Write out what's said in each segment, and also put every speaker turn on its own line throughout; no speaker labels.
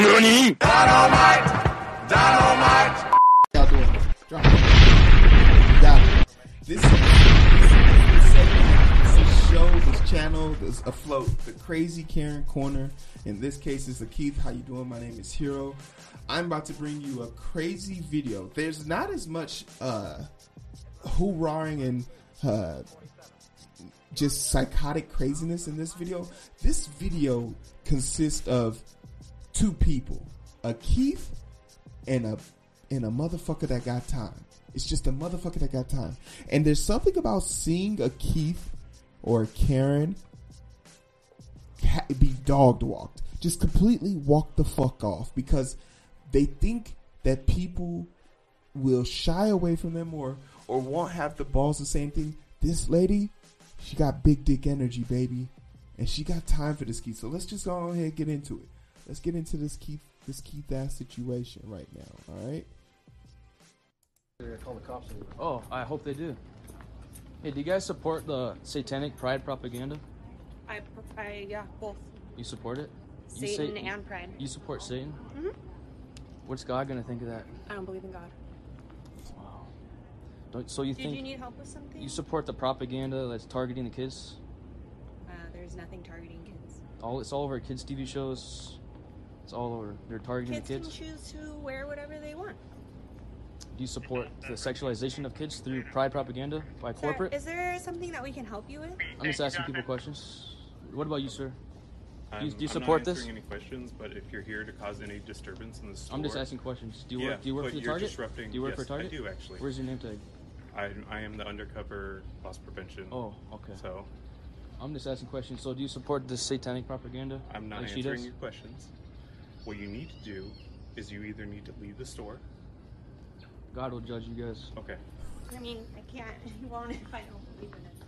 何
Dynamite! Out the window. Drop it. Down. This, this, this segment, this show, this channel, this afloat. The crazy Karen corner. In this case, is the Keith. How you doing? My name is Hero. I'm about to bring you a crazy video. There's not as much uh, hoorahing and uh, just psychotic craziness in this video. This video consists of two people, a Keith and a and a motherfucker that got time. It's just a motherfucker that got time. And there's something about seeing a Keith or a Karen ha- be dogged walked, just completely walk the fuck off because they think that people will shy away from them or or won't have the balls. The same thing. This lady, she got big dick energy, baby, and she got time for this Keith. So let's just go ahead and get into it. Let's get into this Keith this Keith ass situation right now. All right.
Call the cops. anyway.
Oh, I hope they do. Hey, do you guys support the satanic pride propaganda?
I, I yeah, both
You support it? You say-
Satan and pride. Mm-hmm.
You support Satan? What's God gonna think of that?
I don't believe in God.
Wow. Don't, so you
Did
think
you need help with something?
you support the propaganda that's targeting the kids?
uh, there's nothing targeting kids.
All it's all over kids' TV shows. It's all over. They're targeting
Kids,
the kids.
can choose to wear whatever they want.
Do you support the sexualization of kids through pride propaganda by
Sir,
corporate?
is there something that we can help you with?
I'm just asking people questions. What about you, sir? Do you,
I'm-
do you
I'm not
support this?
answering any questions, but if you're here to cause any disturbance in the store,
I'm just asking questions. Do you
Yeah,
work? Do you work
but
for the
you're
Target?
disrupting-
Do you work
yes,
for Target?
I do, actually.
Where's your name tag?
I, I am the undercover loss prevention.
Oh, okay.
So
I'm just asking questions. So, do you support this satanic propaganda?
I'm not
like she
answering
does?
your questions. What you need to do is you either need to leave the store.
God will judge you guys.
Okay.
I mean, I can't. You won't if I don't believe in it.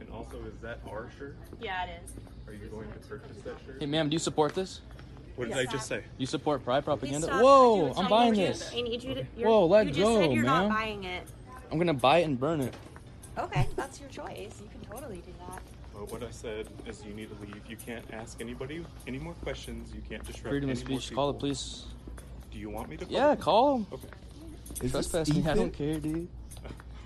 And also, is that our shirt?
Yeah, it is.
Are you going to purchase that shirt?
Hey, ma'am, do you support this?
What did
Yes.
I just say?
You support pride propaganda?
Please stop. I
Whoa,
do
I'm
tell
buying
you to.
this.
I need you to. You're,
Whoa, let
you just
go,
said you're
man.
not buying it.
I'm gonna buy it and burn it.
Okay, that's your choice. You can totally do that.
Well, what I said is you need to leave. You can't ask anybody any more questions. You can't disrupt
Freedom
any
of
more
speech. Call the
people.
police.
Do you want me to? Call
Yeah,
the-
call 'em.
Okay.
Trespassing.
Is this
I
Ethan?
don't care, dude.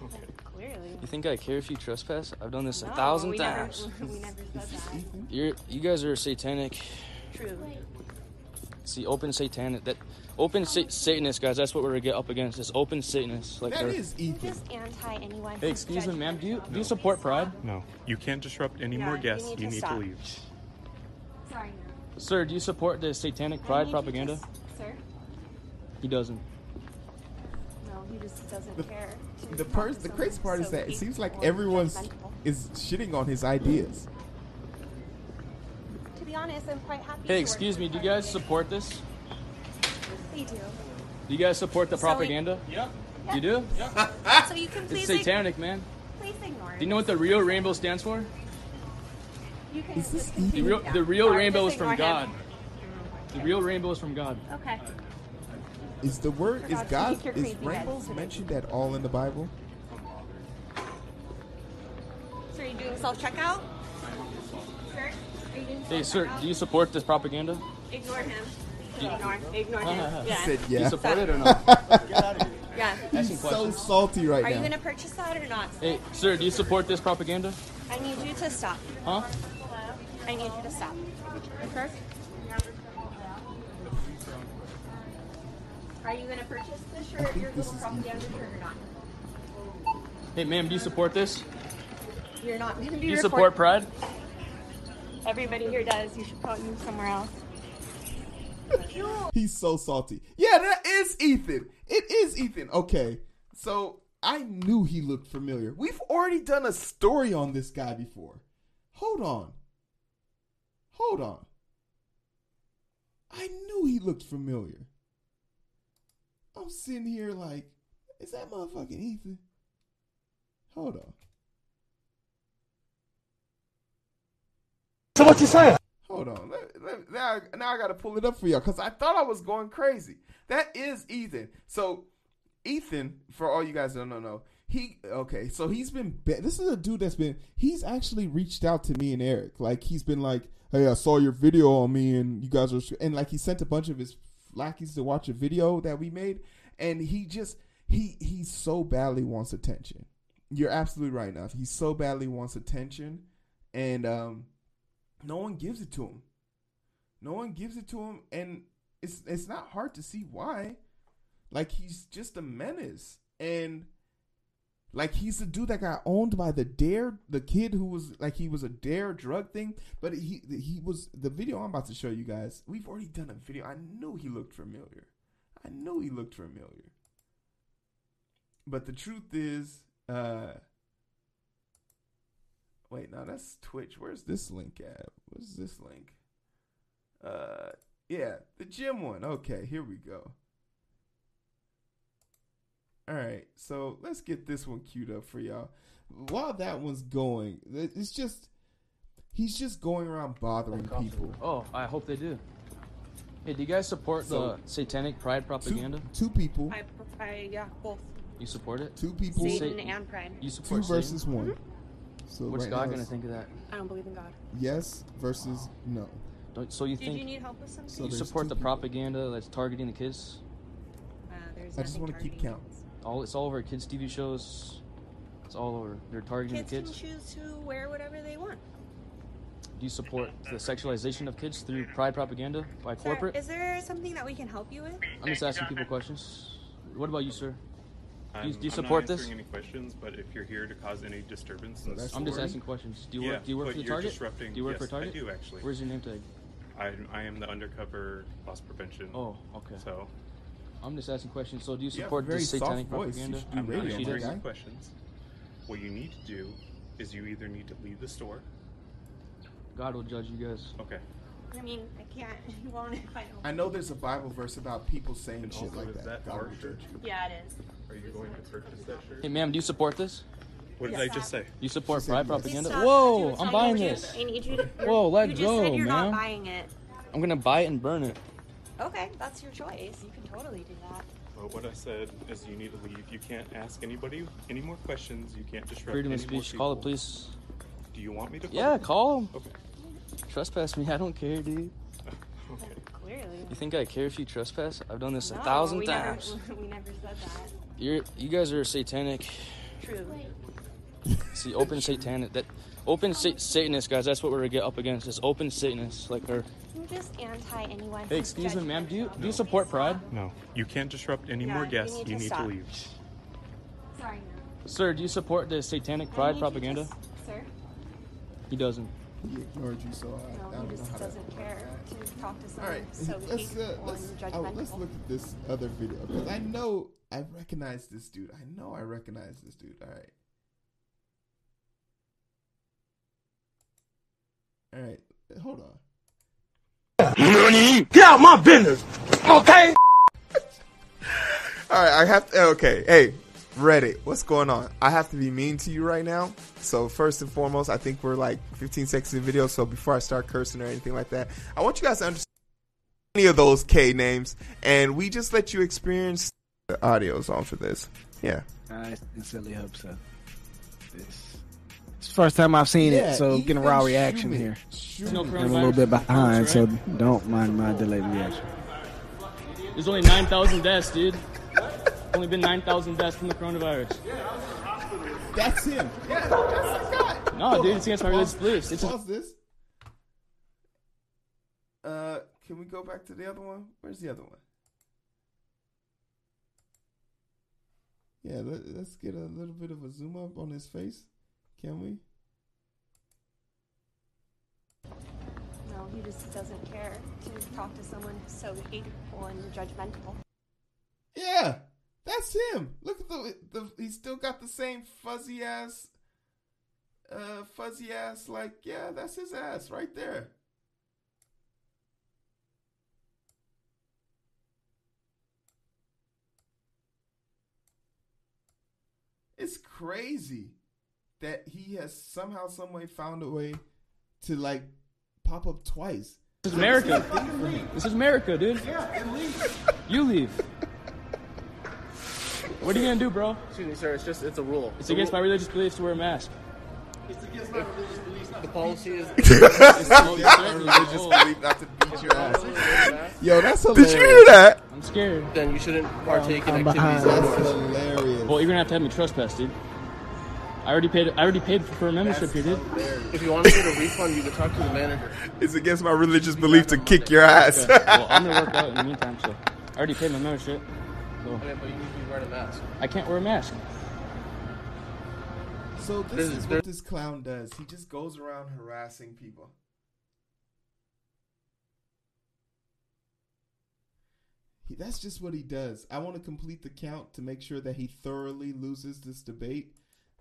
okay.
Clearly.
You think I care if you trespass? I've done this a
No,
thousand
we never-
times.
we never said
Is this
that.
Ethan?
You're, you guys are satanic.
True.
See, open satanic. That open sa- Satanist guys. That's what we're get up against. Is open Satanist. Like
That
they're-
is
You're
Ethan.
just anti anyone.
Hey, excuse me, ma'am. Do you do you support pride?
No, you can't disrupt any
Yeah,
more
you
guests.
need
You
to
need to
stop.
leave.
Sorry.
Sir, do you support the satanic pride propaganda?
sir?
He doesn't.
No, he just doesn't care.
The pers- the crazy part is that it seems like everyone's is shitting on his ideas.
To be honest, I'm quite happy.
Hey, excuse me. Do you guys support this?
They do.
Do you guys support the
So we-
propaganda?
Yeah.
You do?
so you can
It's
please, ig-
satanic, man.
please ignore.
Do you know what the Rio Rainbow stands for?
You can
Is this
just continue
The real,
down.
the Rio
Sorry,
Rainbow
just
is from
ignore
God.
him.
The Rio Rainbow is from God.
Okay.
Is the word is
Forgot to
God
make your
is
crazy guys
rainbows
today.
mentioned at all in the Bible?
So are you doing self checkout? Sir, are you doing
Hey, sir,
self-checkout?
do you support this propaganda?
ignore him? Ignore, ignore him.
He
Yeah.
said
Do you
yeah.
support it or not?
Yeah.
Asking
He's so
questions.
salty right
Are you
now.
gonna purchase that or not?
Hey, sir, do you support this propaganda?
I need you to stop.
Huh?
I need you to stop. Okay. Are you gonna purchase the shirt, your
this
little
is
propaganda shirt, or not?
Hey, ma'am, do you support this?
You're not gonna be.
Do you support Pride?
Everybody here does. You should probably move somewhere else.
He's so salty. Yeah, that is Ethan. It is Ethan. Okay. So I knew he looked familiar. We've already done a story on this guy before. Hold on. Hold on. I knew he looked familiar. I'm sitting here like, is that motherfucking Ethan? Hold on.
So what you saying?
Hold on. Let- let- now, now I got to pull it up for y'all because I thought I was going crazy. That is Ethan. So, Ethan, for all you guys that don't know, he okay. So he's been. ba- This is a dude that's been. He's actually reached out to me and Eric. Like he's been like, hey, I saw your video on me, and you guys are, and like he sent a bunch of his lackeys to watch a video that we made, and he just he he so badly wants attention. You're absolutely right, enough. He so badly wants attention, and um, no one gives it to him. No one gives it to him, and it's it's not hard to see why. Like he's just a menace, and like he's the dude that got owned by the dare, the kid who was like he was a dare drug thing. But he he was the video I'm about to show you guys. We've already done a video. I knew he looked familiar. I knew he looked familiar. But the truth is, uh wait, no, that's Twitch. Where's this link at? Where's this link? Uh, yeah, the gym one. Okay, here we go. All right, so let's get this one queued up for y'all. While that one's going, it- it's just he's just going around bothering people.
Oh, I hope they do. Hey, do you guys support
So-
the satanic pride propaganda?
Two, two people,
I, I, yeah, both.
You support it?
two people,
Say-
Satan and pride.
You
two
support Satan?
versus one. So
What's
right
God
now
gonna
it's
think of that?
I don't believe in God.
Yes versus no.
Don't, so you
Did you
think
need help with something?
So
you
there's
support
two
the
people.
propaganda that's targeting the kids?
uh, there's
I just
nothing
wanna keep
targeting
count.
kids.
All it's all over kids TV shows. It's all over. They're targeting
Kids
the
can
kids.
choose to wear whatever they want.
Do you support the sexualization of kids through pride propaganda by
Sir,
corporate?
Is there something that we can help you with?
I'm just asking people questions. What about you, sir?
I'm,
do you
I'm
support
not
this?
answering any questions, but if you're here to cause any disturbance,
that's
that's
I'm just
Sorry?
asking questions. Do you
Yeah,
work? Do you work
but
for the
you're
Target?
disrupting-
Do you work
yes,
for Target?
I do, actually.
Where's your name tag?
I, I am the undercover loss prevention.
Oh, okay.
So
I'm just asking questions. So, do
You
you
have a
support
very
this satanic
soft voice. You
propaganda?
should do
I'm not
radio,
She
my
answering
does.
guy.
any questions. What you need to do is you either need to leave the store.
God will judge you guys.
Okay.
I mean, I can't. You won't if I don't.
I know there's a Bible verse about people saying
And
shit
also,
like
is
that.
that
God
our
will
shirt?
judge you.
Yeah, it is.
Are you going to purchase that shirt?
Hey, ma'am, do you support this?
What did
Yes.
I just say?
You support
She said
pride
yes.
propaganda?
Stop. You
Whoa!
were
I'm
telling
buying
me
this.
I need you to. you're-
Whoa, let
you just
go,
said you're
man.
not buying it.
I'm gonna buy it and burn it.
Okay, that's your choice. You can totally do that.
Well, what I said is you need to leave. You can't ask anybody any more questions. You can't disrupt
Freedom of
any more
speech. Call the
people.
police.
Do you want me to? Call
Yeah,
the-
call 'em.
Okay.
Trespass me. I don't care, dude.
okay.
Clearly.
You think I care if you trespass? I've done this a
No,
thousand
we
times.
Never, we never said that.
You're, you guys are satanic.
True.
See, open satanic. That open sa- Satanist, guys. That's what we're gonna get up against. Is open Satanists like her.
I'm just anti anyone.
Hey,
who's
excuse me, ma'am. Do you
judgmental.
do you support Pride?
No, you can't disrupt any
Yeah,
more
you
guests.
need
You
to
need to
stop.
leave.
Sorry.
Sir, do you support the satanic pride propaganda?
Sir,
He doesn't.
He ignored you, so I, I
no,
don't
he
know how
just
to.
doesn't care to talk to
All
someone
right,
so
let's
hateful
uh, let's,
and
oh,
judgmental.
let's look at this other video because I know I recognize this dude. I know I recognize this dude. All right, all right, hold on.
Get out my business, okay?
All right, I have to. Okay, hey, Reddit, what's going on? I have to be mean to you right now. So first and foremost, I think we're like 15 seconds in video. So before I start cursing or anything like that, I want you guys to understand any of those K names, and we just let you experience the audios on for this. Yeah,
I sincerely hope so. It's, it's the first time I've seen it, so getting a raw reaction here. I'm a little bit behind, so don't mind my delayed reaction.
There's only 9,000 deaths, dude. only been 9,000 deaths from the coronavirus.
That's him. Yeah, that's the guy.
No, dude, it's against my religious beliefs. It's
Pause this. Uh, can we go back to the other one? Where's the other one? Yeah, let, let's get a little bit of a zoom up on his face. Can we?
No, he just doesn't care to talk to someone so hateful and judgmental.
Yeah, that's him. Look at the, the he's still got the same fuzzy ass, uh, fuzzy ass. Like, yeah, that's his ass right there. It's crazy that he has somehow, some way, found a way to like pop up twice.
this is America. this is America, dude. Yeah, You leave. What are you gonna do, bro?
Excuse me, sir. It's just it's a rule.
It's against my religious beliefs to wear a mask.
The policy is
It's against my religious belief not to beat your ass. Yo, that's
Did
hilarious.
you hear that?
I'm scared.
then you shouldn't partake in
Um, I'm
activities.
behind.
that-
That's hilarious.
Well, you're gonna have to have me trespass, dude. I already paid. I already paid for a membership here, dude.
If you want to get a refund, you can talk to the manager.
It's against my religious belief to kick your ass.
Okay. Well, I'm gonna work out in the meantime, so I already paid my membership. So
Okay, But you need to be wearing a mask.
I can't wear a mask.
So
This
this
is-
is what this clown does. He just goes around harassing people. He, that's just what he does. I want to complete the count to make sure that he thoroughly loses this debate.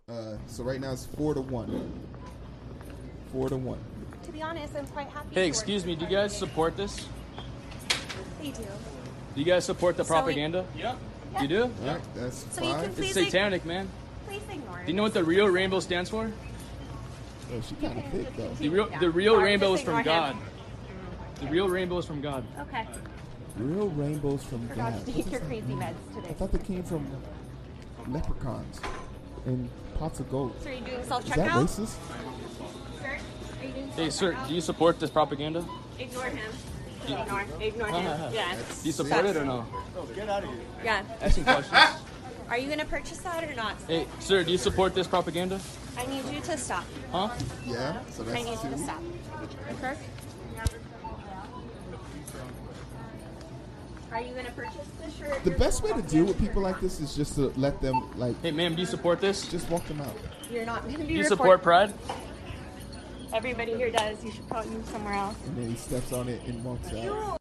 Uh, so right now it's four to one. Four to one.
To be honest, I'm quite happy.
Hey, excuse me. Do you guys support this?
They do.
Do you guys support the
So we-
propaganda? Yep. You do?
All right, that's
So you
five.
can-
It's
Please, like-
satanic, man.
Please ignore.
Do you know what the Rio Rainbow stands for?
Oh, she kind of thick though.
The real, the real rainbow is from God. The real rainbow is from God.
Okay.
Real rainbows from God.
Forgot to
What
take
is
your
that?
crazy meds
I
today.
thought they came from leprechauns and pots of gold.
So are you doing self
Is that
checkout?
racist?
Sir, are you doing
Hey, sir,
self-checkout?
do you support this propaganda?
Ignore him. Ignore. Ignore him. Yeah.
Do you support it or no?
Yeah.
Asking questions.
Are you gonna purchase that or not?
Hey, sir, do you support this propaganda?
I need you to stop.
Huh?
Yeah. So
I need
that's
you to
two.
stop. Okay. Are you gonna purchase the shirt?
The
You're
best way to
supposed
deal with
purchase
people
or
like
not?
this is just to let them like
Hey, ma'am, do you support this?
just walk them out.
You're not gonna be.
Do you
report-
support Pride?
Everybody here does. You should probably move somewhere else.
And then he steps on it and walks out.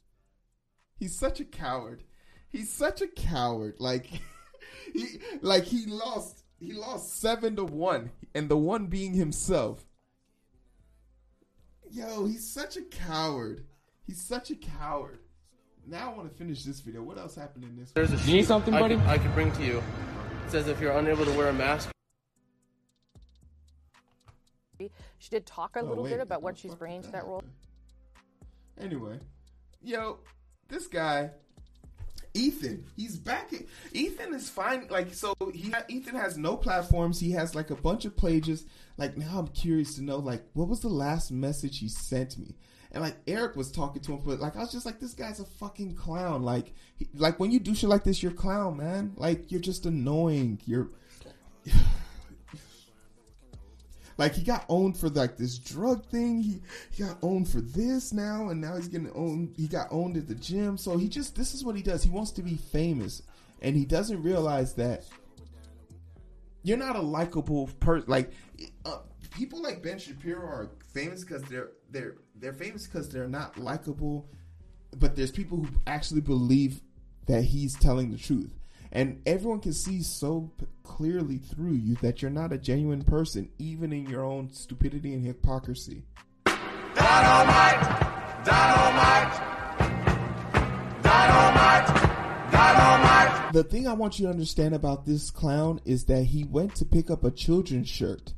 He's such a coward. He's such a coward. Like he like he lost he lost seven to one. And the one being himself. Yo, he's such a coward. He's such a coward. Now I want to finish this video. What else happened in this?
There's a
You need something,
I
buddy?
could, I could bring to you. It says if you're unable to wear a mask,
She did talk a
Oh,
little
wait,
bit
I
about
don't
what she's
fuck with
bringing to that role.
Anyway, yo, this guy, Ethan, he's back. in- Ethan is fine. Like, so he Ethan has no platforms. He has like a bunch of pages. Like, now I'm curious to know, like, what was the last message he sent me? And like Eric was talking to him, but like I was just like, this guy's a fucking clown. Like, he, like when you do shit like this, you're a clown, man. Like you're just annoying. You're Like he got owned for like this drug thing. He, he got owned for this now, and now he's getting owned. He got owned at the gym. So he just this is what he does. He wants to be famous, and he doesn't realize that you're not a likable person. Like uh, people like Ben Shapiro are famous because they're they're they're famous because they're not likable. But there's people who actually believe that he's telling the truth, and everyone can see so p- clearly through you that you're not a genuine person, even in your own stupidity and hypocrisy. The thing I want you to understand about this clown is that he went to pick up a children's shirt.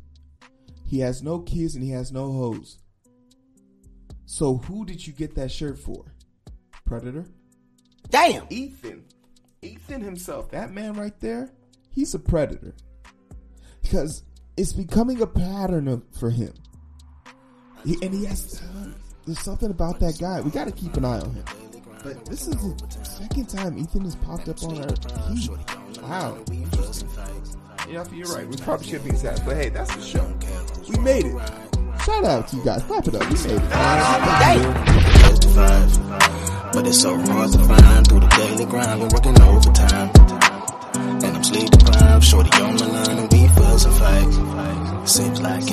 He has no kids and he has no hoes. So who did you get that shirt for? Predator? Damn! Ethan. Ethan himself, that man right there, he's a predator. Because it's becoming a pattern of, for him. He, and he has. there's something about that guy. We gotta keep an eye on him. But this is the second time Ethan has popped up on our feed. Wow. Yeah, you're right. We probably should be sad, but hey, that's the show. We made it. Shout out to you guys. Clap it up. We made it.
But it's so hard to find through the daily grind. Been working overtime. And I'm sleep deprived. Shorty on my line and we fuss and fight. Seems like